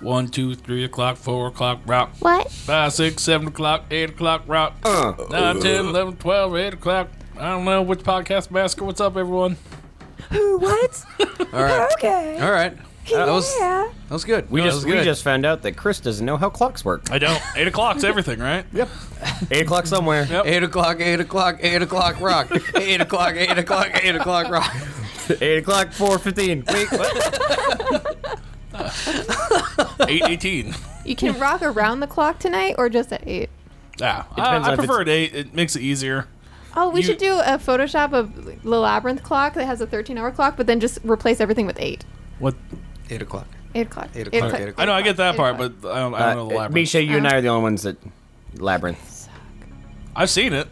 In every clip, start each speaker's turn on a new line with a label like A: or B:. A: one, two, three o'clock, four o'clock, rock.
B: What?
A: Five, six, seven o'clock, eight o'clock, rock. Nine, ten, eleven, twelve, eight o'clock. I don't know which podcast masker. What's up, everyone?
C: Who? What?
D: All right.
C: Okay.
D: All right. That was that
C: Yeah.
D: was good.
A: We
D: That
A: just-
D: was
A: we
D: good.
A: Good.
E: just found out that Chris doesn't know how clocks work.
A: I don't. Eight o'clock's everything, right? Yep.
E: Eight o'clock somewhere.
A: Yep.
D: eight o'clock, eight o'clock, eight o'clock, rock. eight o'clock, eight o'clock, eight o'clock, rock.
E: Eight o'clock, four fifteen. Wait, what?
A: Eight eighteen.
B: You can rock around the clock tonight or just at 8?
A: Yeah.
E: depends
A: I, I
E: if it's-
A: prefer it eight. It makes it easier.
B: Oh, we
A: You-
B: should do a Photoshop of the Labyrinth clock that has a 13 hour clock, but then just replace everything with 8.
A: What?
D: Eight o'clock.
B: 8 o'clock.
D: Eight o'clock, eight o'clock.
A: I know. I get that
B: Eight
A: part,
B: o'clock.
A: but I don't, I
E: Uh,
A: don't know the labyrinth.
E: Misha, you and I are the only ones that labyrinth.
A: I've seen it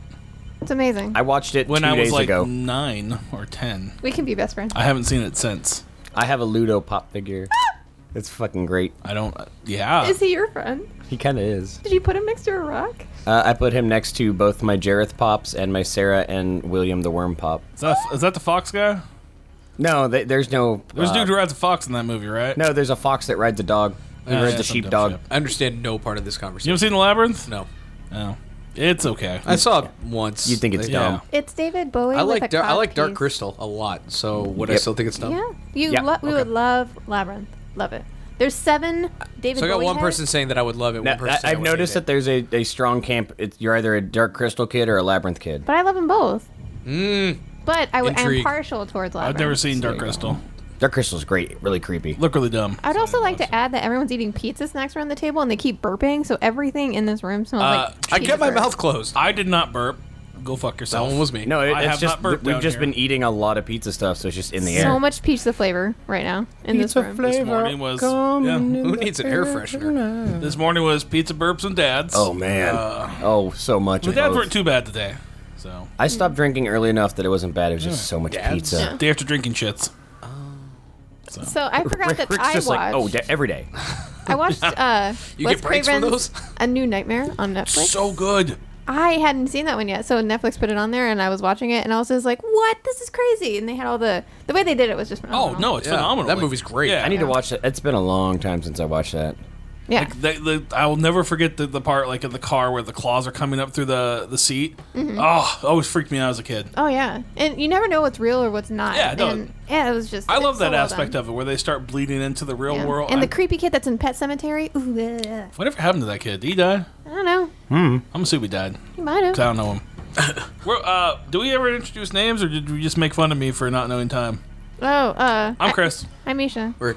B: It's amazing.
E: I watched it
A: when
E: two
A: I was
E: days
A: like
E: ago.
A: nine or ten.
B: we can be best friends.
A: I haven't seen it since.
E: I have a Ludo pop figure. it's fucking great.
A: I don't. Yeah.
B: Is he your friend?
E: He kind of is.
B: Did you put him next to a rock?
E: Uh, I put him next to both my Jareth pops and my Sarah and William the Worm pop.
A: Is that, is that the fox guy?
E: No, th- there's no.
A: There's a
E: uh,
A: dude who rides a fox in that movie, right?
E: No, there's a fox that rides a dog. He
A: Oh, yeah,
E: rides
A: some
E: a
A: dumb
E: sheepdog.
A: shit.
D: I understand no part of this
A: You
D: conversation.
A: haven't seen the labyrinth?
D: No,
A: No. Oh. It's okay.
D: I saw it once.
E: You'd think it's
D: They-
A: yeah.
E: dumb.
B: It's David Bowie.
D: I
B: with
D: like
B: a
D: dar- I like Dark
B: codpiece.
D: Crystal a lot. So would I
E: Yep.
D: still think it's dumb?
B: Yeah, you.
E: Yeah,
B: lo- we
D: okay.
B: would love Labyrinth. Love it. There's seven David.
D: So I got
B: Bowie
D: one
B: heads.
D: person saying that I would love it.
E: Now,
D: One person.
E: I,
D: saying I
E: I've
D: would hate
E: noticed that
D: it.
E: there's a, a strong camp. It's, you're either a Dark Crystal kid or a Labyrinth kid.
B: But I love them both.
D: Mm,
B: But I w- am
D: Intrigue.
B: partial towards Labyrinth.
A: I've never seen Dark
E: There you go.
A: Crystal.
E: Dark Crystal's great. Really creepy.
A: Look really dumb.
B: I'd also like to add that everyone's eating pizza snacks around the table and they keep burping, so everything in this room smells
A: Uh,
B: like.
D: I
B: cheese
D: kept my
B: burps.
D: mouth closed.
A: I did not burp. Go fuck
D: That
A: yourself.
D: one was me.
E: No, it,
A: I
E: it's
A: have
E: just
A: not burped
E: we've
A: down
E: just
A: here.
E: been eating a lot of pizza stuff, so it's just in the
B: So
E: air.
B: much pizza flavor right now in this room.
A: This morning was yeah.
D: Who needs an air freshener?
A: This morning was pizza burps and dads.
E: Oh man.
A: Uh,
E: oh, so much.
A: the
E: of
A: dads
E: both.
A: weren't too bad today. So
E: I stopped drinking early enough that it wasn't bad. It was just so much pizza.
A: day after drinking shits.
B: So I forgot that
E: Rick's
B: I watched.
E: just like, oh, da- every day.
B: I watched. Uh,
D: You
B: Wes
D: get breaks from
B: Craven's
D: those?
B: A New Nightmare on Netflix.
A: So good.
B: I hadn't seen that one yet, so Netflix put it on there, and I was watching it, and I was just like, "What? This is crazy!" And they had all the the way they did it was just
A: Oh
B: phenomenal.
A: no, it's
D: Yeah,
A: phenomenal.
D: that movie's great.
A: Yeah.
E: I need to watch that. It's been a long time since I watched that.
B: yeah,
A: Like the, the, I will never forget the, the part like in the car where the claws are coming up through the the seat. Oh, it always freaked me out as a kid.
B: oh yeah, and you never know what's real or what's not.
A: Yeah, no.
B: and, yeah, it was just.
A: I love that aspect of it where they start bleeding into the real world.
B: And
A: I,
B: the creepy kid that's in Pet Cemetery. Ooh, ugh.
A: whatever happened to that kid? Did he die?
B: I don't know.
A: I'm assuming he died.
B: You might have.
A: 'cause I don't know him. We're, uh, do we ever introduce names, or did we just make fun of me for not knowing time?
B: Oh, uh,
A: I'm Chris.
B: I'm Misha.
D: Or-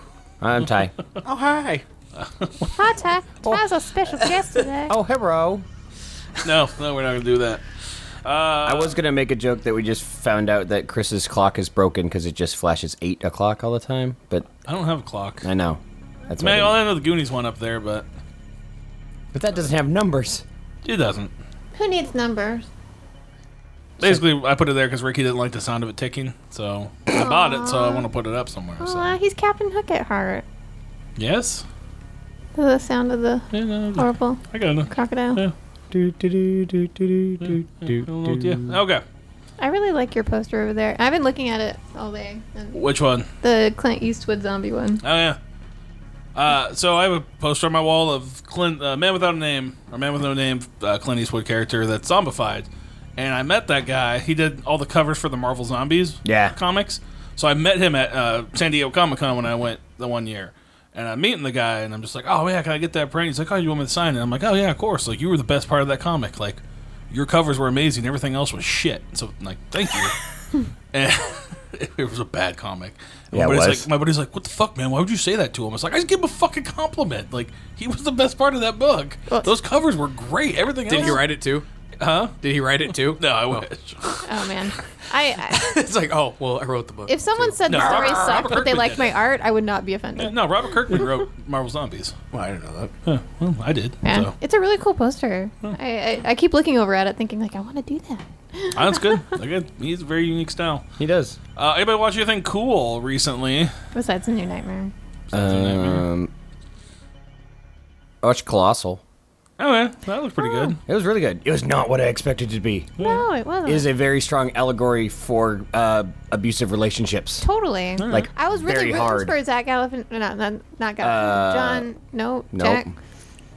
E: I'm Ty.
D: oh hi.
B: Hi, Ty.
A: Oh.
B: Ty's a special guest today.
E: oh, hello.
A: No, no, we're not gonna do that. Uh,
E: I was gonna make a joke that we just found out that Chris's clock is broken because it just flashes eight o'clock all the time. But
A: I don't have a clock.
E: I know that's
A: Man,
E: why.
A: I know the Goonies one up there, but
E: But that doesn't have numbers.
A: it doesn't.
B: Who needs numbers?
A: Basically, I put it there because Ricky didn't like the sound of it ticking, so I bought it. So I want to put it up somewhere. So.
B: Aw, Uh, he's Captain Hook at heart.
A: Yes.
B: The sound of the
A: Yeah, no,
B: horrible
A: I got it.
B: crocodile.
A: Yeah.
E: Do, do, do, do, do, do,
D: Mm,
E: do, do.
A: Yeah. Okay.
B: I really like your poster over there. I've been looking at it all day. And
A: Which one?
B: the Clint Eastwood zombie one.
A: Oh yeah. Uh, so I have a poster on my wall of Clint, uh, man without a name, or man with no name, uh, Clint Eastwood character that's zombified, and I met that guy. He did all the covers for the Marvel Zombies
E: Yeah.
A: comics. So I met him at uh, San Diego Comic Con when I went the one year, and I'm meeting the guy, and I'm just like, oh yeah, can I get that print? He's like, oh, you want me to sign it? I'm like, oh yeah, of course. Like you were the best part of that comic. Like your covers were amazing. Everything else was shit. So like, thank you. and it was a bad comic. And
E: Yeah,
A: my
E: it
A: buddy's
E: was.
A: like, my buddy's like, what the fuck, man? Why would you say that to him? It's like, I just give him a fucking compliment. Like, he was the best part of that book. Those covers were great. Everything
D: Did
A: else,
D: he write it too?
A: Huh?
D: Did he write it too?
A: No, I wish.
B: Oh man, I, I
D: it's like oh well, I wrote the book.
B: if someone said
A: No,
B: the story
A: Robert-
B: sucked,
A: Robert
B: but they
A: Kirkman
B: liked
A: did
B: my
A: it.
B: art, I would not be offended.
A: no, Robert Kirkman wrote Marvel Zombies.
D: well, I didn't know that.
A: Huh, well, I did.
B: Yeah,
A: So.
B: it's a really cool poster. I, I I keep looking over at it, thinking like, I want to do that.
A: Oh, that's good. They're good. He's a very unique style.
E: He does.
A: Uh, anybody watch anything cool recently?
B: Besides the new nightmare.
E: Um, I watched Colossal.
A: Okay, Oh, that looks pretty good.
E: It was really good. It was not what I expected it to be.
B: No, it wasn't.
E: It is a very strong allegory for uh, abusive relationships.
B: Totally.
E: Like
B: I was really
E: very
B: rooting
E: hard. Uh,
B: for Zach Galifian. No, not, not Galifian. John. No,
E: nope.
B: Jack.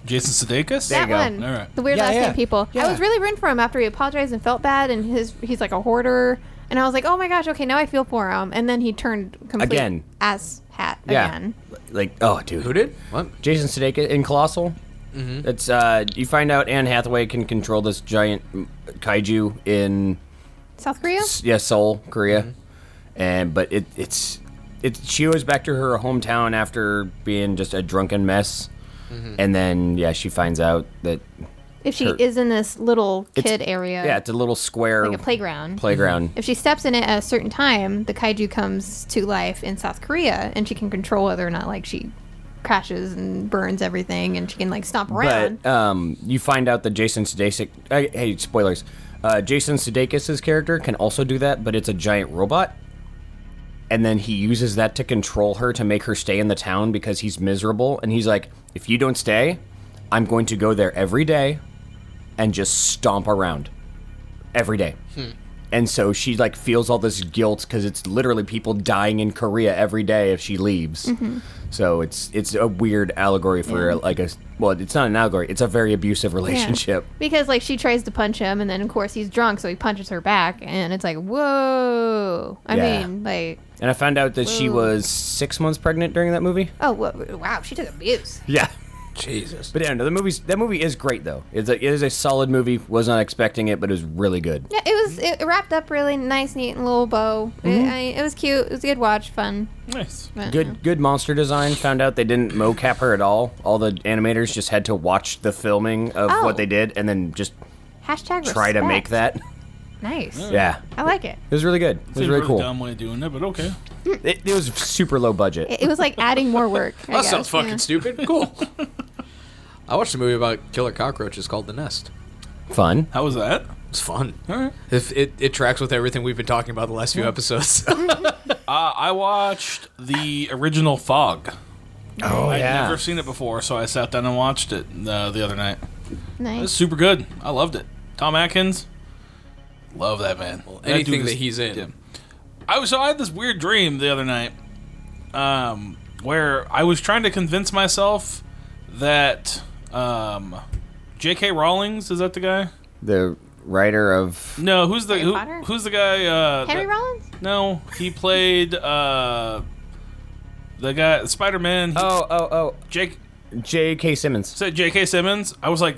A: Jason Sudeikis.
B: That
E: you go.
B: one.
A: All right.
B: The weird
E: Yeah,
B: last
E: yeah.
B: name people. I
E: Yeah.
B: was really rooting for him after he apologized and felt bad, and his he's like a hoarder. And I was like, oh my gosh, okay, now I feel for him. And then he turned complete
E: Again.
B: ass hat
E: Yeah.
B: again.
E: Like oh dude,
D: Who did? Mm-hmm. What?
E: Jason Sudeikis in Colossal. It's uh, you find out Anne Hathaway can control this giant mm, kaiju in
B: South Korea.
E: yeah Seoul, Korea,
B: Mm-hmm.
E: and but it it's it's she goes back to her hometown after being just a drunken mess,
B: Mm-hmm.
E: and then yeah she finds out that
B: If she
E: her-
B: is in this little
E: It's-
B: kid area,
E: yeah it's a little square
B: like a playground.
E: playground.
B: if she steps in it at a certain time, the kaiju comes to life in South Korea, and she can control whether or not like she crashes and burns everything, and she can like stomp around.
E: But um, you find out that Jason Sudeikis. Uh, hey, spoilers. Uh, Jason Sudeikis' character can also do that, but it's a giant robot. And then he uses that to control her to make her stay in the town because he's miserable. And he's like, if you don't stay, I'm going to go there every day and just stomp around every day.
B: Hmm.
E: And so she like feels all this guilt because it's literally people dying in Korea every day if she leaves.
B: Mm-hmm.
E: So it's it's a weird allegory for like a s- well, it's not an allegory. It's a very abusive
B: Yeah.
E: relationship.
B: Because like she tries to punch him, and then of course he's drunk, so he punches her back, and it's like whoa. I
E: Yeah.
B: mean, like
E: And I found out that she
B: Whoa.
E: was six months pregnant during that movie.
B: oh wha- wow, she took abuse.
E: Yeah.
D: Jesus.
E: But yeah, no, the movie's that movie is great though. It's a, it is a solid movie. Was not expecting it, but it was really good.
B: Yeah, it was it wrapped up really nice, neat, and little bow. It, I, it was cute. It was a good watch, fun.
A: Nice.
B: But,
E: Mm-hmm. Good good monster design. Found out they didn't mocap her at all. All the animators just had to watch the filming of
B: Oh.
E: what they did and then just
B: Hashtag
E: try to make
B: respect.
E: that.
B: nice.
E: Yeah.
B: I like it.
E: It was really good. It was
A: Seems
E: really
A: really
E: cool.
A: Dumb way of doing it, but okay.
E: It, it was super low budget.
B: It, it was like adding more work. I
D: That
B: guess.
D: sounds fucking
B: Yeah.
D: stupid. Cool. I watched a movie about killer cockroaches called The Nest.
E: Fun.
A: How was that?
D: It's fun.
A: All right.
D: If it, it tracks with everything we've been talking about the last few episodes.
A: Uh, I watched the original Fog.
E: Oh
A: I'd never seen it before, so I sat down and watched it uh, the other night. It was
B: Nice.
A: super good. I loved it. Tom Atkins, love that man. dude
D: anything
A: is-
D: that he's in.
A: I was so I had this weird dream the other night, um, where I was trying to convince myself that um, J.K. Rawlings is that the guy?
E: The writer of
A: No, who's the
B: Harry
A: who,
B: Potter?
A: who's the guy? Uh,
B: Henry
A: that-
B: Rollins.
A: No, he played uh, the guy Spider Man.
E: oh oh
A: Jake
E: oh J.K. Simmons.
A: said J.K. Simmons. I was like,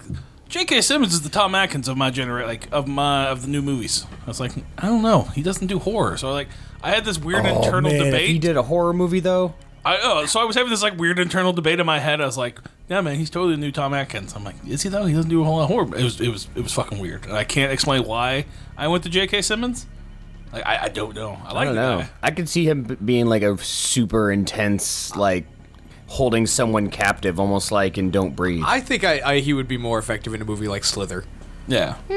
A: J.K. Simmons is the Tom Atkins of my generation, like of my of the new movies. I was like, I don't know, he doesn't do horror. So like, I had this weird internal debate.
E: Oh, He did a horror movie though.
A: I oh, so I was having this like weird internal debate in my head. I was like, yeah, man, he's totally the new Tom Atkins. I'm like, is he though? He doesn't do a whole lot of horror. It was it was it was fucking weird, and I can't explain why I went to J.K. Simmons. Like, I, I don't know. I like
E: I don't
A: the
E: know.
A: guy.
E: I could see him b- being like a super intense, like holding someone captive, almost like in Don't Breathe.
D: I think I, I he would be more effective in a movie like Slither.
A: Yeah,
E: Hmm,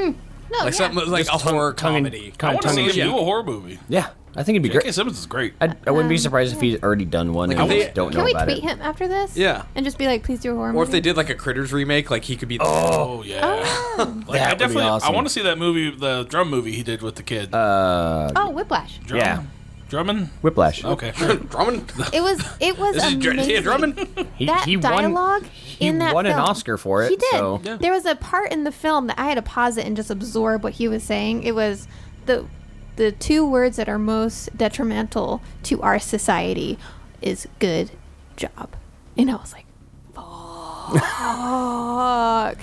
B: No,
D: Like
B: yeah.
D: something like a horror
E: tongue in-
D: comedy.
E: tongue
A: I
E: in
A: want to see him
E: cheek.
A: do a horror movie.
E: Yeah, I think it'd be
A: J.K.
E: great.
A: Simmons is great.
E: I, I wouldn't be surprised if he's already done one.
D: Like,
E: and
D: if
E: we
D: they-
E: just don't
B: Um, Can
E: know
B: we
E: about
B: tweet
E: it.
B: him after this?
D: Yeah.
B: And just be like, please do a horror
D: Or if they
B: movie?
D: did like a Critters remake, like he could be.
A: Oh yeah, like
E: That
A: I
E: would be
A: definitely
E: awesome.
A: I want to see that movie, the drum movie he did with the kid.
B: Oh, Whiplash.
A: Drum?
E: yeah.
A: Drummond.
E: Whiplash.
A: Okay,
D: Drummond.
B: It was it was
D: Is he, Dr-
B: amazing.
D: is he a Drummond?
E: He,
B: That
E: he
B: dialogue
E: Won, he
B: in that
E: won an
B: film.
E: Oscar for it.
B: He did.
E: So.
A: Yeah.
B: There was a part in the film that I had to pause it and just absorb what he was saying. It was the the two words that are most detrimental to our society is good job. And I was like, fuck.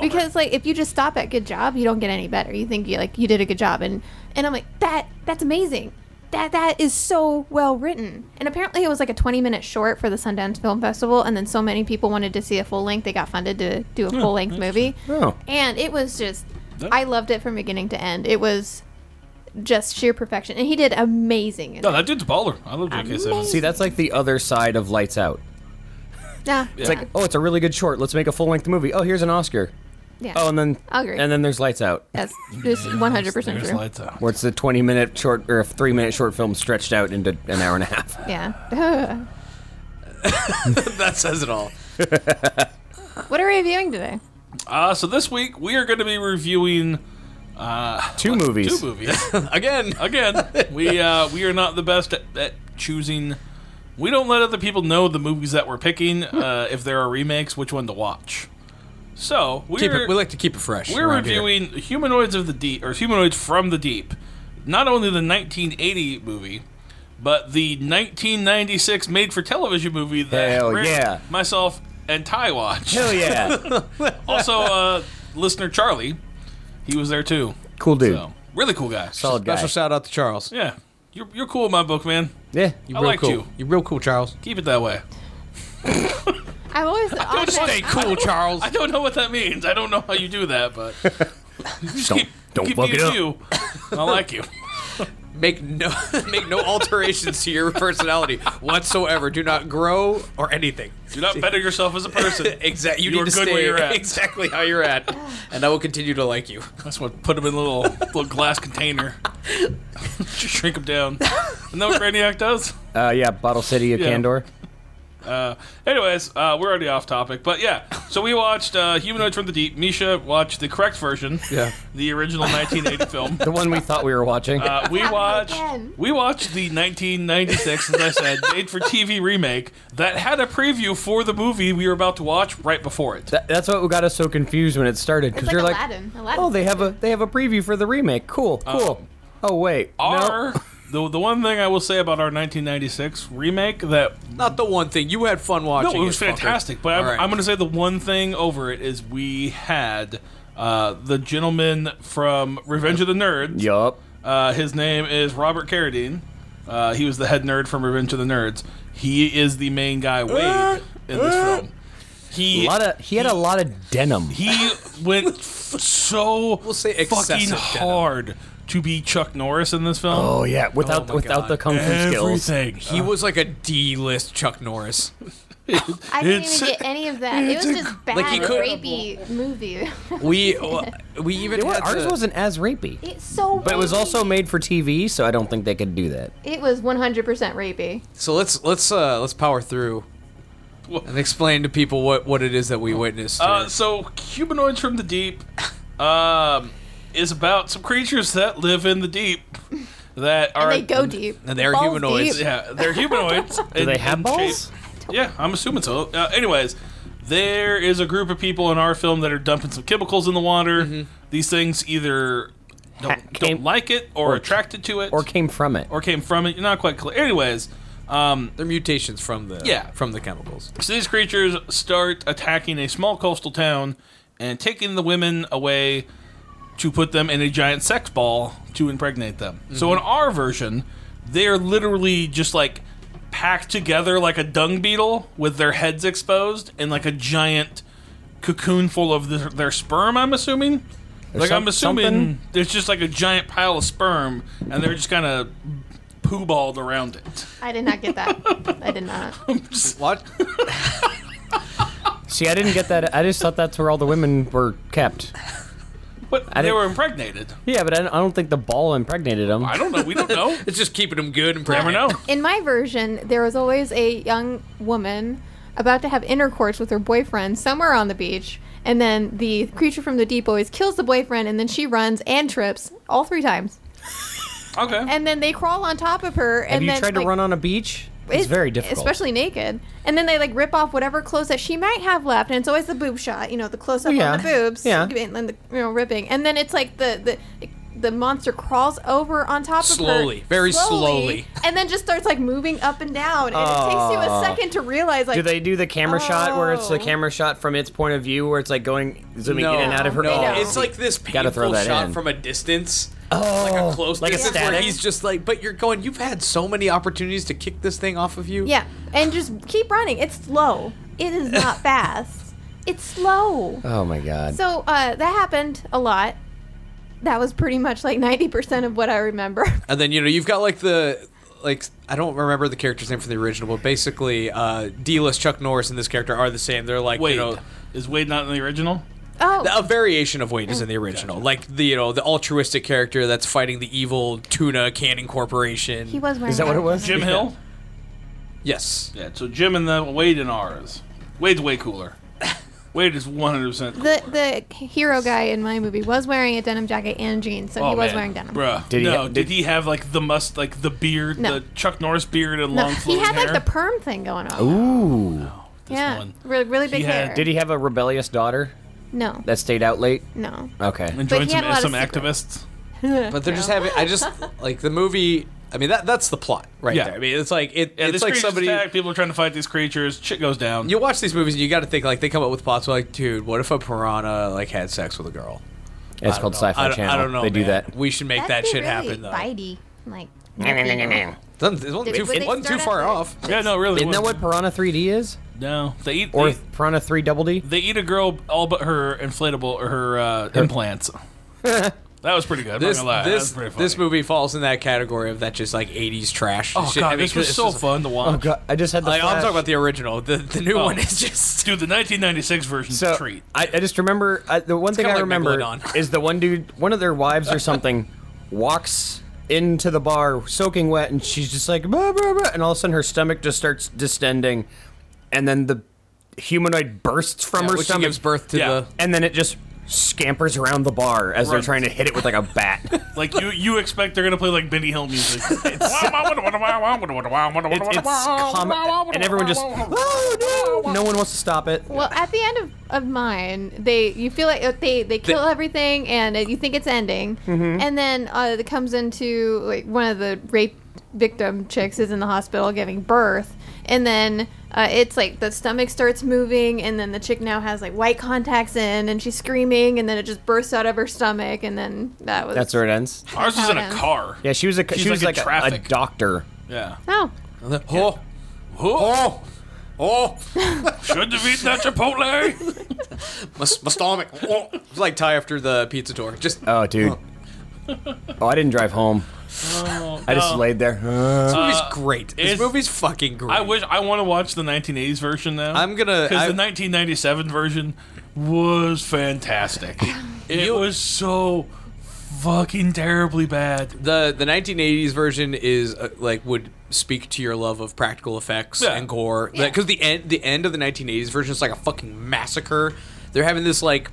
B: Because like if you just stop at good job, you don't get any better. You think you like you did a good job and and I'm like that that's amazing. That that is so well written. And apparently it was like a 20 minute short for the Sundance Film Festival and then so many people wanted to see a full length they got funded to do a full length movie.
E: Oh.
B: And it was just
A: That-
B: I loved it from beginning to end. It was just sheer perfection and he did amazing. in
A: no,
B: it.
A: that dude's a baller. I love J.K. Simmons.
E: See, that's like the other side of Lights Out.
B: yeah.
A: It's
E: It's like, oh, it's a really good short. Let's make a full length movie. Oh, here's an Oscar.
B: yeah.
E: Oh, and then
B: I agree.
E: and then there's Lights Out,
B: that's just 100%
A: There's
B: true.
A: lights out.
E: where it's the 20 minute short or a three minute short film stretched out into an hour and a half.
B: Yeah.
D: that says it all.
B: what are we reviewing today?
A: Uh, so this week we are going to be reviewing
E: Two movies.
A: two movies.
D: Again.
A: Again, we uh, we are not the best at, at choosing. We don't let other people know the movies that we're picking uh, if there are remakes, which one to watch. So we're
D: Keep it, we like to keep it fresh.
A: We're
D: around here.
A: reviewing Humanoids of the Deep or Humanoids from the Deep. Not only the 1980 movie, but the 1996 made for television movie that
E: Hell
A: Rick,
E: yeah.
A: myself and Ty watched.
E: Hell yeah.
A: also uh, listener Charlie, he was there too.
E: cool dude.
A: So, really cool guy.
E: Solid guy.
D: Special shout out to Charles.
A: Yeah. You're, you're cool in my book, man.
E: Yeah.
A: I
D: real
A: liked
D: cool.
A: you.
D: You're real cool, Charles.
A: Keep it that way.
B: I've always always said-
D: Stay cool, Charles.
A: I don't know what that means. I don't know how you do that, but just
E: Don't-
A: keep,
E: don't
A: keep
E: fuck
A: being
E: it up.
A: you. I like you.
D: Make no make no alterations to your personality whatsoever. Do not grow or anything.
A: Do not better yourself as a person.
D: Exactly. You,
A: You
D: need
A: are
D: to
A: good
D: stay
A: where you're at.
D: exactly how you're at, and I will continue to like you.
A: That's what put them in a little little glass container. Just shrink them down. Isn't that what Brainiac does?
E: Uh, yeah. Bottle City of
A: Yeah.
E: Candor.
A: Anyways, uh, we're already off topic, but yeah. So we watched uh, Humanoids from the Deep. Misha watched the correct version,
D: Yeah.
A: the original 1980 film.
E: The one we thought we were watching.
A: Uh, we watched
B: again.
A: we watched the 1996, as I said, made for TV remake that had a preview for the movie we were about to watch right before it.
E: That- that's what got us so confused when it started because
B: It's
E: you're
B: like
E: like,
B: Aladdin. Aladdin.
E: oh, they have a they have a preview for the remake. Cool.
A: Uh,
E: Cool. oh wait. no.
A: Our the the one thing I will say about our 1996 remake that
D: Not the one thing you had fun watching.
A: No, it was
D: fucker.
A: fantastic. But I'm,
D: All right.
A: I'm going to say the one thing over it is we had uh, the gentleman from Revenge of the Nerds.
E: Yup.
A: Uh, his name is Robert Carradine. Uh, he was the head nerd from Revenge of the Nerds. He is the main guy
D: Uh,
A: Wade in this film.
E: A
A: He
E: lot of he had a lot of denim.
A: he went f- so
D: say
A: fucking
D: excessive denim.
A: hard to be Chuck Norris in this film.
E: oh yeah, without
D: my
E: without
D: God.
E: the kung fu skills.
A: Everything.
D: He was like a D-list Chuck Norris.
B: I didn't
A: It's-
B: even get any of that. It was just bad,
D: Like, he could-
B: rapey movie.
D: We uh, we even
E: It wa-
D: had
E: ours
D: the-
E: wasn't as rapey,
B: it's so.
E: but it was also made for TV, so I don't think they could do that.
B: It was 100% rapey.
D: So let's let's uh let's power through and explain to people what what it is that we witnessed.
A: Uh,
D: here.
A: so humanoids from the deep um, is about some creatures that live in the deep that are
B: They go deep.
D: and they're
B: Balls
D: humanoids.
B: deep.
A: yeah they're humanoids.
E: Do they have balls?
A: Yeah, I'm assuming so. Uh, anyways, there is a group of people in our film that are dumping some chemicals in the water. These things either don't,
E: Mm-hmm. came-
A: don't like it or, attracted to it
E: Or came from it.
A: or came from it. You're not quite clear. Anyways,
D: They're mutations from the
A: Yeah.
D: from the chemicals.
A: So these creatures start attacking a small coastal town and taking the women away to put them in a giant sex ball to impregnate them. So in
E: Mm-hmm.
A: our version, they're literally just like packed together like a dung beetle with their heads exposed and like a giant cocoon full of their, their sperm, I'm assuming. Like
E: some-
A: I'm assuming
E: something?
A: there's just like a giant pile of sperm and they're just kind of poo-balled around it.
B: I did not get that. I did not.
D: What?
E: See, I didn't get that. I just thought that's where all the women were kept.
A: But they
E: didn't-
A: were impregnated.
E: Yeah, but I don't, I don't think the ball impregnated them.
A: I don't know. We don't know.
D: it's just keeping them good and
A: Never know.
B: In my version, there was always a young woman about to have intercourse with her boyfriend somewhere on the beach, and then the creature from the deep always kills the boyfriend, and then she runs and trips all three times,
A: Okay.
B: and then they crawl on top of her. And
E: Have you
B: then,
E: tried to
B: like,
E: run on a beach? It's, very difficult.
B: especially naked. And then they like rip off whatever clothes that she might have left, and it's always the boob shot, you know, the close up
E: Yeah.
B: on the boobs,
E: Yeah.
B: and then the you know ripping, and then it's like the the. The monster crawls over on top of her
D: Slowly, very slowly.
B: and then just starts like moving up and down, and it takes you a second to realize like
E: Ah. do they do the camera shot where it's the
B: Oh.
E: camera shot from its point of view where it's like going zooming
D: No,
E: in and out of her
B: no.
E: Oh,
D: It's like this painful
E: Gotta throw that
D: shot
E: in.
D: from a distance.
E: oh,
D: Like a close
E: like a
D: distance where
E: static.
D: he's just like, but you're going. You've had so many opportunities to kick this thing off of you.
B: yeah, and just keep running. It's slow. It is not fast. It's slow.
E: oh my god
B: So uh, that happened a lot. That was pretty much like ninety percent of what I remember.
D: And then you know you've got like the like I don't remember the character's name from the original, but basically, uh, D-list Chuck Norris and this character are the same. They're like
A: Wade.
D: you know
A: Is Wade not in the original?
B: Oh,
D: a variation of Wade is
B: Mm.
D: in the original, like the you know the altruistic character that's fighting the evil tuna canning corporation.
B: he was wearing.
E: is that what it was
A: Jim Hill?
D: yes,
A: Yeah, so Jim and the Wade and ours. Wade's way cooler. Wade is 100% cool.
B: The the hero guy in my movie was wearing a denim jacket and jeans, so
A: Oh,
B: he was
A: man.
B: wearing denim.
A: Bruh.
E: Did he
A: no,
E: ha-
A: did,
E: did-
A: he have like the must like the beard,
B: No.
A: the Chuck Norris beard and
B: No,
A: long
B: he
A: flowing
B: had like
A: hair?
B: the perm thing going on.
E: Ooh.
A: This
B: yeah,
A: one.
B: really, really big
A: had-
B: hair.
E: Did he have a rebellious daughter
B: No,
E: that stayed out late?
B: no.
E: Okay.
A: And
B: But
A: joined
B: he had a
A: some
B: lot of
A: some
B: secrets.
A: activists.
D: But they're just having. I just like the movie. I mean, that that's the plot right
A: Yeah.
D: there. I mean, it's like it,
A: Yeah,
D: it's
A: this
D: like
A: creature's
D: somebody.
A: attacked, people are trying to fight these creatures. Shit goes down.
D: You watch these movies and you got to think like they come up with plots like, dude, what if a piranha like had sex with a girl?
E: It's called
D: I
E: Sci-Fi
D: don't,
E: Channel.
D: I don't know.
E: They do
D: man.
E: that.
D: We should make
B: That'd
D: that
B: be
D: shit
B: really
D: happen though.
B: Bitey. Like,
D: Doesn't, it
B: Did-
D: wasn't too,
B: would they
D: wasn't too
B: start
D: far
B: at-
D: off.
A: yeah, no, really.
E: Isn't that
A: wouldn't.
E: what Piranha 3D is?
A: No, they eat.
E: Or
A: they,
E: Piranha 3 Double D?
A: they eat a girl all but her inflatable or her, uh, implants. that was pretty good. I'm
D: This
A: not gonna lie. that was
D: this
A: pretty funny.
D: this movie falls in that category of that just like '80s trash.
A: Oh
D: shit.
A: god,
D: I mean,
A: this was
D: it's
A: so
D: just-
A: fun to watch.
E: Oh god, I just had the
D: Like, I'm
E: flash.
D: talking about the original. The the new
A: Oh.
D: one is just.
A: Dude, the 1996 version
E: so
A: treat.
E: I, I just remember I, the one thing I
D: kinda like
E: remember
D: Megalodon.
E: is the one dude, one of their wives or something, walks into the bar soaking wet, and she's just like, "Bah, bah, bah," and all of a sudden her stomach just starts distending, and then the humanoid bursts from her
D: Which
E: stomach,
D: gives birth to
A: Yeah.
D: the
E: and then it just scampers around the bar as they're
A: Runs.
E: trying to hit it with like a bat.
A: Like you, you expect they're gonna play like Benny Hill music. It-
E: It's, it's comic, and everyone just, oh no, no one wants to stop it.
B: well, at the end of, of mine, they you feel like they they kill everything and it, you think it's ending, and then uh, it comes into like one of the rape victim chicks is in the hospital giving birth, and then. Uh, it's like the stomach starts moving, and then the chick now has like white contacts in, and she's screaming, and then it just bursts out of her stomach, and then that was
E: That's where it ends.
A: Ours was in a car.
E: Yeah, she was a
A: She's
E: she was
A: like
E: like,
A: in
E: a- a,
A: traffic.
E: doctor.
A: Yeah.
B: Oh,
D: oh oh oh
A: Shouldn't have eaten that Chipotle.
D: my, s- my stomach. Oh. It's like tie after the pizza tour. Just
E: Oh, dude. Oh, I didn't drive home. I just
A: no.
E: laid there.
D: This movie's great. This
A: is-
D: movie's fucking great.
A: I wish I want to watch the 1980s version though.
D: I'm gonna-
A: because
D: I-
A: the 1997 version was fantastic. It was so fucking terribly bad.
D: the the 1980s version is uh, like would speak to your love of practical effects
A: Yeah.
D: and gore. Because the end the end of the 1980s version is like a fucking massacre. They're having this like.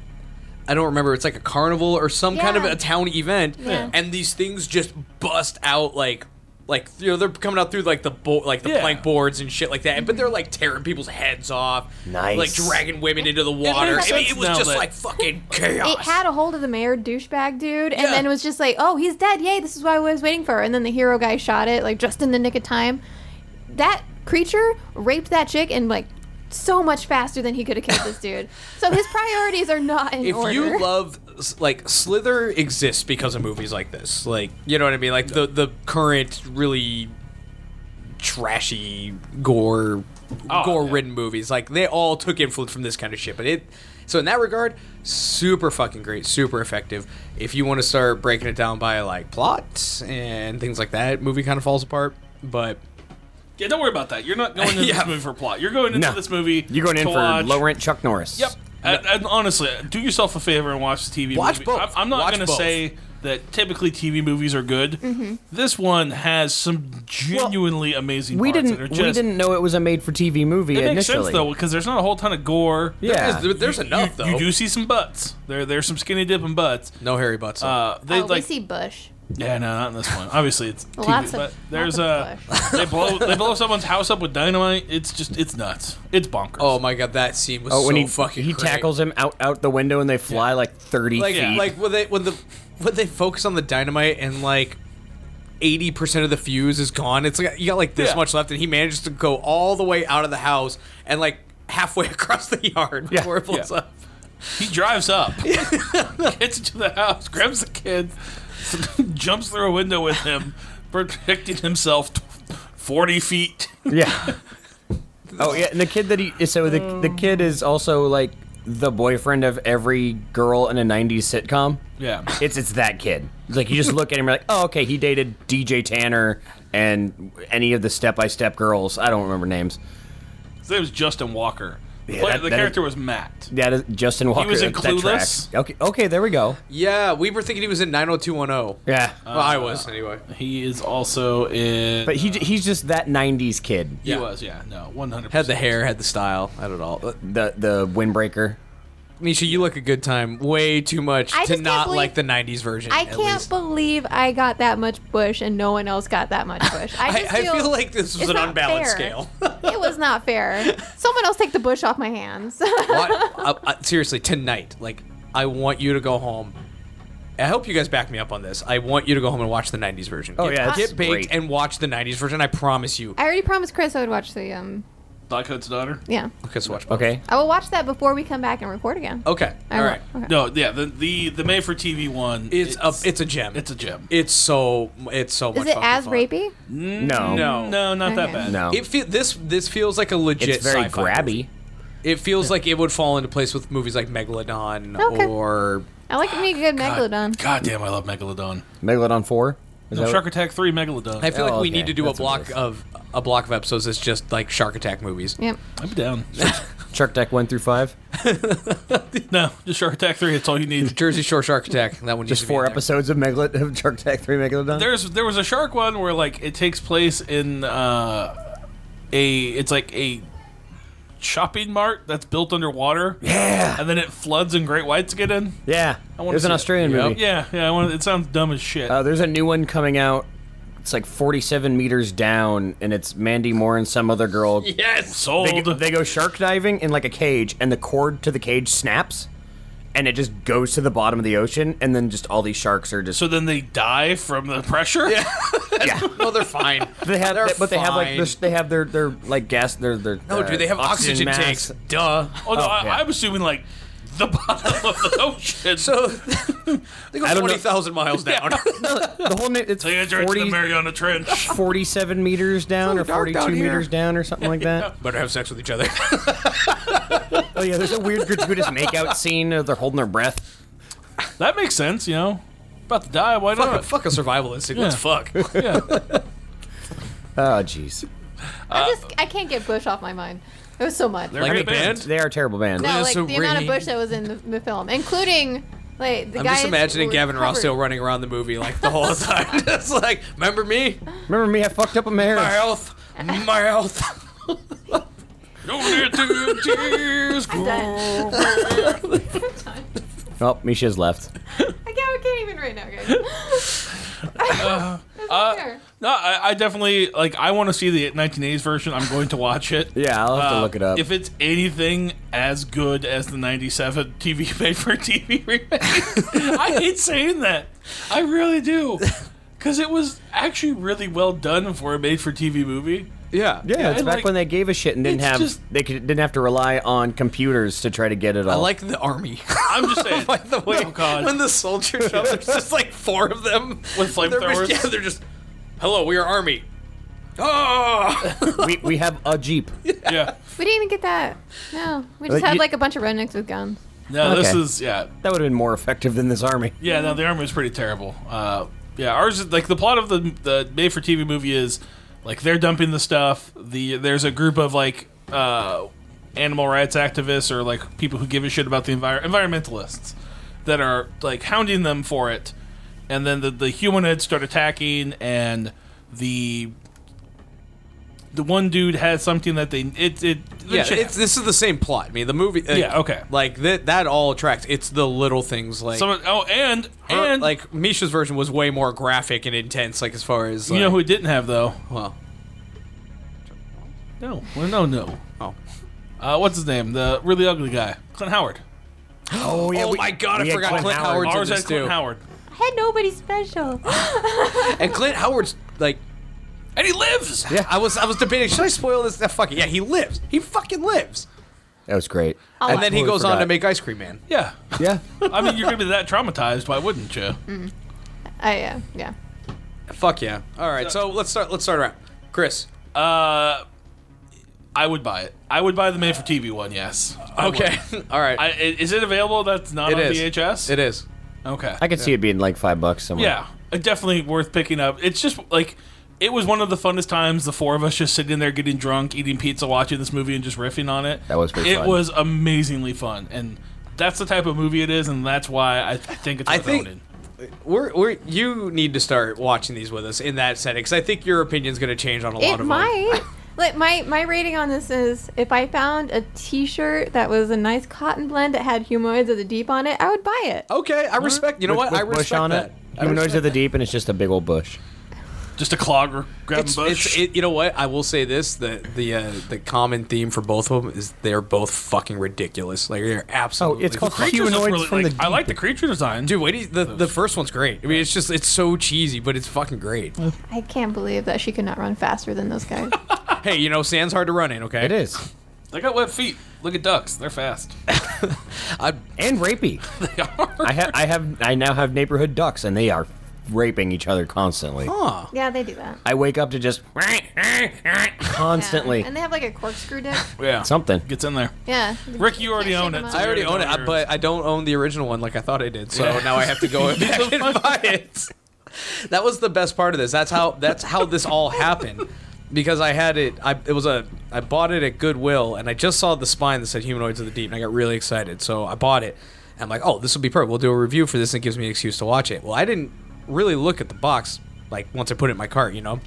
D: I don't remember. It's like a carnival or some kind of
B: Yeah.
D: a town event,
B: Yeah.
D: and these things just bust out like, like you know they're coming out through like the bo- like the
A: Yeah.
D: plank boards and shit like that. But they're like tearing people's heads off,
E: Nice.
D: like dragging women into the water.
A: makes
D: I mean,
A: sense
D: it was
A: now
D: just
A: that-
D: like fucking chaos.
B: It had a hold of the mayor douchebag dude, and
D: Yeah.
B: then was just like, "Oh, he's dead! Yay! This is what I was waiting for." And then the hero guy shot it, like just in the nick of time. That creature raped that chick, and like so much faster than he could have killed this dude. So his priorities are not in
D: if
B: order.
D: you love s- like Slither exists because of movies like this. Like you know what I mean? Like the the current really trashy gore
A: Oh,
D: gore
A: yeah.
D: ridden movies. Like they all took influence from this kind of shit. But it so in that regard, super fucking great, super effective. If you want to start breaking it down by like plot and things like that, movie kind of falls apart. But
A: Yeah, don't worry about that. You're not going into
D: Yeah.
A: this movie for plot. You're going into
E: No.
A: this movie.
E: You're going in
A: to
E: for
A: watch-
E: low rent Chuck Norris.
A: Yep. And, and honestly, do yourself a favor and watch the TV.
D: Watch
A: movie.
D: both.
A: I'm, I'm not
D: Watch
A: going to
D: both.
A: say that typically TV movies are good. This one has some genuinely amazing.
E: We
A: parts
E: didn't
A: that are
E: we
A: just-
E: didn't know it was a made for TV movie
A: It makes
E: initially.
A: sense though because there's not a whole ton of gore.
E: yeah.
D: there's, there's enough though.
A: You do see some butts. There, there's some skinny dipping butts.
D: no hairy butts.
A: Uh, they
B: oh, we
A: like,
B: see Bush.
A: yeah, no, not in this one. Obviously, it's TV,
B: Lots of-
A: but there's
B: lots of
A: a they blow they blow someone's house up with dynamite. It's just it's nuts. It's bonkers.
D: oh my god, that scene was
E: oh, when
D: so
E: he
D: fucking
E: he
D: great.
E: tackles him out out the window and they fly like 30
D: like
E: feet.
D: like when they when the when they focus on the dynamite and like eighty percent of the fuse is gone. It's like you got like this
A: Yeah.
D: much left, and he manages to go all the way out of the house and like halfway across the yard before it blows
A: Yeah.
D: up.
A: He drives up, gets into the house, grabs the kid, jumps through a window with him, protecting himself t- 40 feet.
E: yeah. oh yeah, and the kid that he so the the kid is also like the boyfriend of every girl in a 90s sitcom.
A: Yeah.
E: It's it's that kid. It's like you just look at him, you're like, oh, okay, he dated DJ Tanner and any of the Step by Step girls. I don't remember names.
A: His name was Justin Walker. The,
E: Yeah,
A: play-
E: that-
A: the
E: that
A: character was Matt.
E: That is Justin Walker.
A: was in
E: that- that
A: Clueless?
E: tracks. Okay, okay, there we go.
D: Yeah, we were thinking he was in nine hundred two one zero.
E: Yeah,
D: well, I was anyway.
A: He is also in.
E: but he j- he's just that '90s kid.
A: he
D: yeah.
A: was, yeah, no, 100%.
D: Had the hair, had the style, had it all.
E: The the windbreaker.
D: Nisha, you like a good time way too much
B: I just
D: to
B: can't
D: not
B: believe-
D: like the 90s version.
B: I
D: at
B: can't
D: least.
B: believe I got that much bush and no one else got that much bush. I, just
D: I, I feel like this was
B: it's
D: an
B: not
D: unbalanced
B: fair.
D: scale.
B: it was not fair. Someone else take the bush off my hands.
D: What- uh, uh, seriously, tonight, like, I want you to go home. I hope you guys back me up on this. I want you to go home and watch the 90s version.
E: Oh,
D: get,
E: yeah, it's
D: Get baked
E: great.
D: and watch the 90s version. I promise you.
B: I already promised Chris I would watch the um
A: Black Hood's daughter.
B: yeah.
D: Okay, so watch.
E: Okay.
B: I will watch that before we come back and record again.
D: Okay.
B: I
D: All
B: will.
D: right.
B: Okay.
A: No, yeah, the the the made for TV one.
D: It's, a it's a gem.
A: it's a gem.
D: It's so it's so.
B: Is
D: much
B: it
D: fucking
B: as
D: fun.
B: rapey?
E: No.
D: No.
A: Mm, no, not that
B: Okay.
A: bad.
E: No.
D: It feel this this feels like a legit.
E: it's very
D: sci-fi
E: grabby.
D: movie. It feels like it would fall into place with movies like Megalodon
B: Okay.
D: or
B: I like me a good
A: God,
B: megalodon.
A: God damn, I love Megalodon.
E: Megalodon 4? Is
A: No,
E: that
A: Shark
E: what-
A: Attack Three Megalodon.
D: I feel like
E: Oh,
D: we
E: okay.
D: need to do
E: That's
D: a
E: what it
D: block
E: is.
D: of a block of episodes that's just like Shark Attack movies.
B: Yep.
A: I'm down.
E: Shark Deck 1 through 5?
A: no, just Shark Attack Three. That's all you need.
D: Jersey Shore Shark Attack. That one needs
E: Just
D: to be
E: four
D: in there.
E: episodes of, Megalod- of Shark Deck 3 Megalodon?
A: There's there was a shark one where like it takes place in uh, a it's like a shopping mart that's built underwater. Yeah. And then it floods and great whites get in.
E: yeah.
A: wanna
E: There's an
A: see it.
E: Australian
D: Yep.
E: movie.
A: Yeah, yeah. I want, it sounds dumb as shit.
E: Uh, there's a new one coming out. It's like 47 meters down, and it's Mandy Moore and some other girl.
D: Yes.
A: Sold.
E: They, go- they go shark diving in like a cage, and the cord to the cage snaps, and it just goes to the bottom of the ocean, and then just all these sharks are just.
A: so then they die from the pressure. Yeah.
E: yeah.
D: No, they're fine.
E: They have,
D: They're
E: they- but they have like
D: fine.
E: this, they have their their like gas their their.
D: No,
E: uh,
D: dude, they have oxygen,
E: mask.
D: tanks. Duh.
A: Oh no, I,
E: yeah.
A: I'm assuming like the bottom of the ocean.
D: So they go
E: don't know.
D: twenty thousand miles down.
E: The whole na- it's
A: they enter into the
E: 40,
A: Mariana Trench.
E: 47 meters down or
D: so dark
E: 42
D: down here.
E: meters down or something like that.
D: Better have sex with each other.
E: Oh yeah, there's a weird gratuitous makeout scene. uh, They're holding their breath.
A: that makes sense, you know. About to die, why
D: fuck, a,
A: not?
D: fuck a survivalist. Let's fuck.
A: Yeah.
E: Oh jeez,
B: I just I can't get bush off my mind. It was so much.
A: They're
D: Like
A: a
D: a band?
E: they are a terrible band.
B: no, like the
D: Glycerine.
B: amount of bush that was in the, the film, including like the
D: I'm
B: guy.
D: just imagining Gavin Rossdale running around the movie like the whole time. just like, remember me?
E: Remember me? I fucked up a marriage.
D: My health. My health.
A: No need to tears.
E: Oh, Misha's left.
B: I can't, I can't even right now, guys. That's not fair.
A: No, I, I definitely like. I want to see the 1980s version. I'm going to watch it.
E: Yeah, I'll have to
A: Uh,
E: look it up.
A: If it's anything as good as the '97 TV made for TV remake, I hate saying that. I really do, because it was actually really well done for a made for TV movie.
D: Yeah.
E: yeah, it's
A: and,
E: back
A: like,
E: when they gave a shit and didn't
A: it's
E: have
A: just-
E: they could, didn't have to rely on computers to try to get it all.
D: I like the army.
A: I'm just saying.
D: By the way,
A: oh god,
D: when the soldiers show up, there's just like four of them
A: With
D: They're-
A: flamethrowers?
D: Yeah, they're just, hello, we are army. Oh,
E: we, we have a jeep.
A: yeah.
B: We didn't even get that. No, we
E: Like,
B: just had
E: you-
B: like a bunch of rednecks with guns.
A: No, this
E: Okay.
A: is yeah.
E: That would have been more effective than this army.
A: Yeah, no, the army was pretty terrible. Uh, yeah, ours is like the plot of the the made for TV movie is like they're dumping the stuff. The there's a group of like uh, animal rights activists or like people who give a shit about the envir- environmentalists that are like hounding them for it, and then the the humanoids start attacking and the. The one dude has something that they it it
D: yeah.
A: shit
D: It's, this is the same plot. I mean, the movie. Like,
A: Yeah, okay.
D: Like that. That all tracks. It's the little things like.
A: Someone, oh, and
D: her-
A: and like
D: like Misha's version was way more graphic and intense, like as far as
A: you know who
D: like-
A: it didn't have though.
D: Well,
A: No, well, no, no.
D: oh,
A: Uh, what's his name? The really ugly guy, Clint Howard.
E: Oh yeah.
D: Oh my God, I
E: had
D: forgot Clint Howard. Ours
A: Ours
D: had
A: had Clint
D: too.
A: Howard,
B: I had nobody special.
D: and Clint Howard's like
A: and he lives.
E: Yeah.
D: I was I was debating should I spoil this? Ah, fuck it. Yeah, he lives. He fucking lives.
E: That was great.
D: and then he
E: totally
D: goes on to
E: forgot.
D: make Ice Cream Man.
A: Yeah.
E: Yeah.
A: I mean, you're gonna be that traumatized. Why wouldn't you?
D: Mm.
B: I yeah yeah.
D: Fuck yeah. All right, so let's start. Let's start around. Chris.
A: Uh, I would buy it. I would buy the made for TV one. Yes. I would.
D: All right.
A: I, i- is it available? That's not
D: It
A: on
D: is.
A: VHS.
D: it is.
A: Okay.
E: I could see it being like five bucks somewhere.
A: yeah, uh, definitely worth picking up. It's just like. It was one of the funnest times. The four of us just sitting there getting drunk, eating pizza, watching this movie, and just riffing on it.
E: That was pretty
A: It
E: fun.
A: was amazingly fun, and that's the type of movie it is, and that's why I th- think it's
D: I
A: worth
D: think-
A: owning.
D: We're, we're you need to start watching these with us in that setting because I think your opinion's going to change on a lot
B: It
D: of them.
B: might. Like my my rating on this is if I found a T-shirt that was a nice cotton blend that had humanoids of the deep on it, I would buy it.
D: Okay, I respect. You know
E: With-
D: what?
E: with
D: I
E: bush
D: respect
E: on
D: that.
E: it. Humanoids of the deep, and it's just a big old bush.
A: Just a clogger grabbing
D: It's,
A: bush.
D: it's it, you know what? I will say this: the the uh, the common theme for both of them is they're both fucking ridiculous. Like they're absolutely.
E: Oh, it's called
D: fucking-
A: Creatures is
E: humanoids from
A: like,
E: the
A: I like the creature design.
D: Dude, wait! The the first one's great. I mean, it's just it's so cheesy, but it's fucking great.
B: I can't believe that she could not run faster than those guys.
D: hey, you know, sand's hard to run in. Okay,
E: It is.
A: they got web feet. Look at ducks. They're fast.
D: I,
E: And rapey. I have I have I now have neighborhood ducks and they are raping each other constantly.
D: huh?
B: yeah, they do that.
E: I wake up to just constantly
B: Yeah. And they have like a corkscrew dick.
A: Yeah.
E: something.
A: Gets in there.
B: Yeah.
A: Rick, you
B: Can't
A: already
B: shake
A: own
B: them
A: it,
B: up.
A: so
D: I already
A: Yours,
D: own it,
A: yours.
D: but I don't own the original one like I thought I did. So
A: Yeah.
D: now I have to go back and buy it. That was the best part of this. That's how that's how this all happened. Because I had it, I it was a I bought it at Goodwill, and I just saw the spine that said "Humanoids of the Deep," and I got really excited. So I bought it. And I'm like, oh, this will be perfect. We'll do a review for this, and it gives me an excuse to watch it. Well, I didn't really look at the box like once I put it in my cart, you know.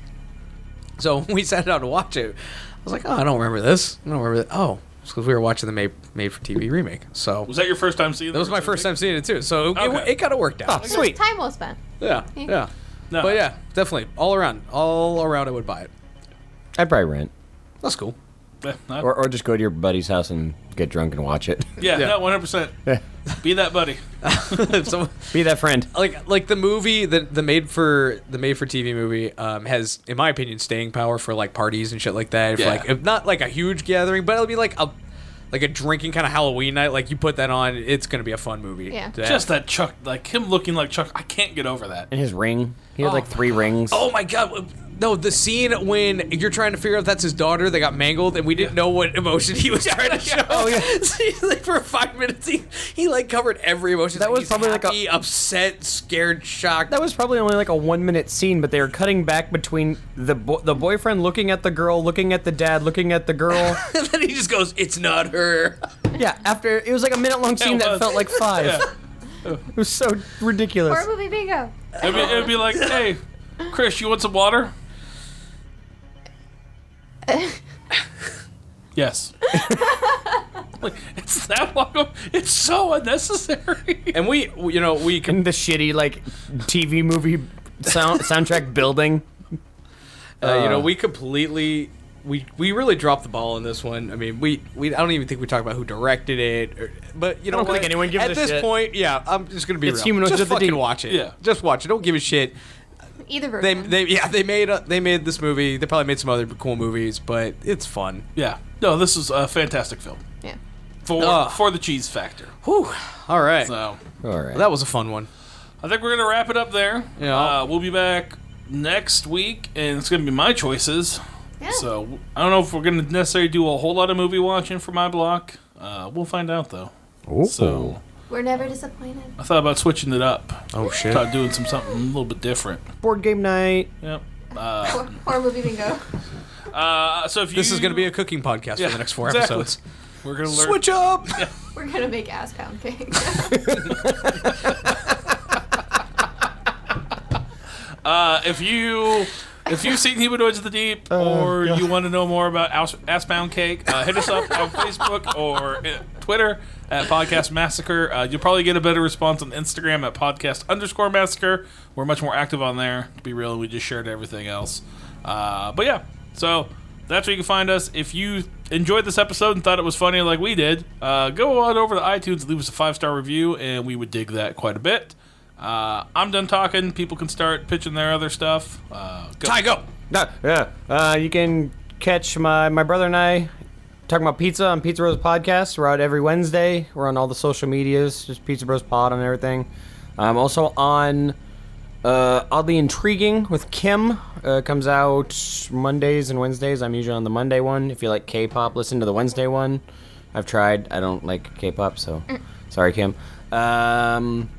D: So when we sat down to watch it, I was like, oh, I don't remember this. I don't remember that. Oh, it's because we were watching the made, made for TV remake. So
A: Was that your first time seeing
D: that was my first time seeing it too. So it,
A: Okay.
D: it kind of worked out.
B: Just Time well spent.
D: Ah, Yeah, yeah.
A: No.
D: But yeah, definitely all around, all around, I would buy it.
E: I'd probably rent.
D: That's cool.
A: Yeah, not-
E: Or, or just go to your buddy's house and get drunk and watch it.
A: yeah,
D: yeah.
A: no, 100%. Be that buddy.
D: If someone-
E: Be that friend.
D: like like the movie the the made for the made for TV movie um, has in my opinion staying power for like parties and shit like that. If,
A: Yeah.
D: Like if not like a huge gathering, but it'll be like a like a drinking kind of Halloween night. Like you put that on, it's gonna be a fun movie.
B: Yeah.
D: to have.
A: Just that Chuck, like him looking like Chuck, I can't get over that.
E: And his ring. He had like
D: Oh.
E: three rings.
D: Oh my god. No, the scene when you're trying to figure out that's his daughter that got mangled, and we didn't know what emotion he was trying to show. Oh yeah. so he's like for five minutes, he, he like covered every emotion.
E: That
D: Like,
E: was
D: he's
E: probably like a-
D: happy, upset, scared, shocked.
E: That was probably only like a one minute scene, but they were cutting back between the bo- the boyfriend looking at the girl, looking at the dad, looking at the girl.
D: and then he just goes, "It's not her."
E: yeah, after it was like a minute long scene that
A: was.
E: felt like five.
A: Yeah.
E: It was so ridiculous.
B: Horror movie bingo.
A: It'd be, it'd be like, hey, Chris, you want some water? yes. like, it's that long. It's so unnecessary.
D: And we, we- you know, we can.
E: And the shitty like TV movie sound soundtrack building.
D: Uh, you know, we completely we we really dropped the ball in this one. I mean, we we I don't even think we talked about who directed it, or, but you know,
E: don't think
D: what?
E: anyone gives
D: at
E: a
D: this
E: shit.
D: point. Yeah, I'm just gonna be
E: It's
D: real.
E: humanoids
D: just
E: of the
D: fucking
E: deep.
D: watch it.
A: Yeah.
D: just watch it. Don't give a shit.
B: Either
D: They,
B: version.
D: they yeah they made uh, they made this movie. They probably made some other cool movies, but it's fun.
A: Yeah. No, this is a fantastic film
B: yeah.
A: for
D: Ugh.
A: for the cheese factor.
D: Whew. All right,
A: So
E: All right.
D: that was a fun one.
A: I think we're gonna wrap it up there.
D: Yeah.
A: Uh, we'll be back next week, and it's gonna be my choices.
B: Yeah.
A: So I don't know if we're gonna necessarily do a whole lot of movie watching for my block. Uh, we'll find out though. So
B: We're never disappointed.
A: I thought about switching it up.
D: Oh shit.
A: Thought doing some something a little bit different.
E: board game night.
A: Yep.
B: Horror, horror movie bingo.
A: Uh, so if you
D: This is gonna be a cooking podcast
A: Yeah,
D: for the next four
A: exactly.
D: episodes.
A: we're gonna learn.
D: Switch up.
B: We're gonna make ass pound cake.
A: Uh, if you if you've seen Humanoids of the Deep or you want to know more about Ass, ass Bound Cake, uh, hit us up on Facebook or uh, Twitter at Podcast Massacre. Uh, you'll probably get a better response on Instagram at Podcast underscore Massacre. We're much more active on there. To be real, we just shared everything else. Uh, but yeah, so that's where you can find us. If you enjoyed this episode and thought it was funny like we did, uh, go on over to iTunes, leave us a five star review, and we would dig that quite a bit. Uh, I'm done talking. People can start pitching their other stuff. Uh, go.
D: I go.
E: No, yeah. Uh, you can catch my my brother and I talking about pizza on Pizza Bros podcast. We're out every Wednesday. We're on all the social medias, just Pizza Bros Pod and everything. I'm also on uh, oddly intriguing with Kim. Uh, comes out Mondays and Wednesdays. I'm usually on the Monday one. If you like K-pop, listen to the Wednesday one. I've tried. I don't like K-pop, so sorry, Kim. Um,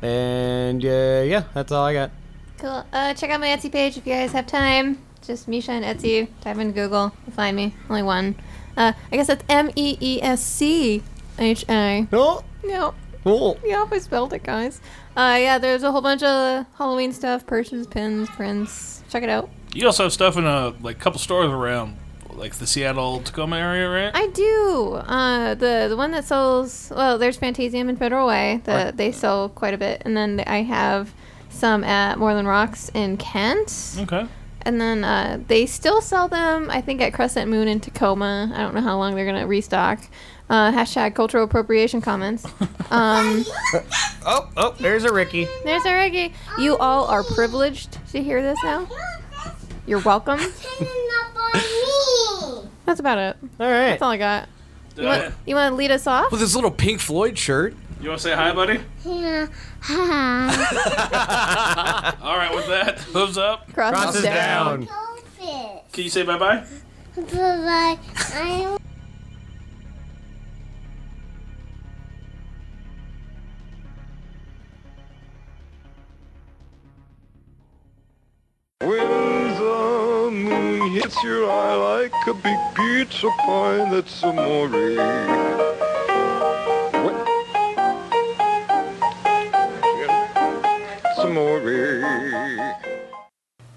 E: and uh, yeah, that's all I got.
B: cool. Uh, check out my Etsy page if you guys have time. Just Misha and Etsy. Type in Google. You'll find me. Only one. Uh, I guess that's M E E S C H A.
E: Oh,
B: No.
E: oh.
B: Yeah, I spelled it, guys. Uh, yeah, there's a whole bunch of Halloween stuff, purses, pins, prints. Check it out.
A: You also have stuff in a like couple stores around like the Seattle Tacoma area, right?
B: I do. Uh, the the one that sells well, there's Fantasium in Federal Way that they sell quite a bit, and then I have some at Moreland Rocks in Kent,
A: okay.
B: and then uh, they still sell them. I think at Crescent Moon in Tacoma. I don't know how long they're gonna restock. Uh, hashtag cultural appropriation comments. Um,
E: Oh, oh, there's a Ricky.
B: there's our Reggie. You all are privileged to hear this now. You're welcome. That's about it.
E: All right.
B: That's all I got. You
A: Uh,
B: want, you want to lead us off?
D: With his little Pink Floyd shirt.
A: you want to say hi, buddy?
F: Hi.
A: All right, with that, hooves up.
B: Cross,
E: Crosses down.
F: COVID.
A: Can you say bye bye?
F: Bye-bye. I'm
G: When the moon hits your eye like a big pizza pie, that's amore. What? It's amore.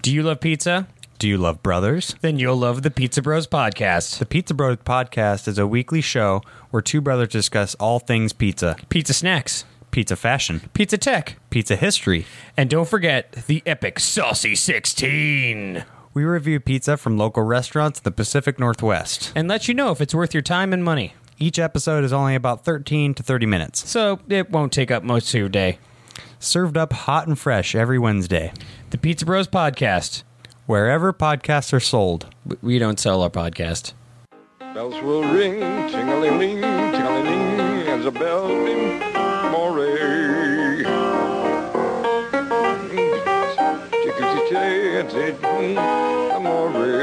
H: Do you love pizza?
I: Do you love brothers?
H: Then you'll love the Pizza Bros podcast.
I: The Pizza Bro podcast is a weekly show where two brothers discuss all things pizza,
H: Pizza snacks,
I: pizza fashion,
H: pizza tech,
I: pizza history.
H: and don't forget the epic Saucy 16.
I: We review pizza from local restaurants in the Pacific Northwest.
H: And let you know if it's worth your time and money.
I: Each episode is only about 13 to 30 minutes.
H: So it won't take up most of your day.
I: Served up hot and fresh every Wednesday,
H: The Pizza Bros podcast.
I: wherever podcasts are sold.
H: W- We don't sell our podcast.
G: Bells will ring, ting-a-ling-ling, ting-a-ling-ling, as a bell ring, moray. Tickle-tee-tay, and say, mm, amore.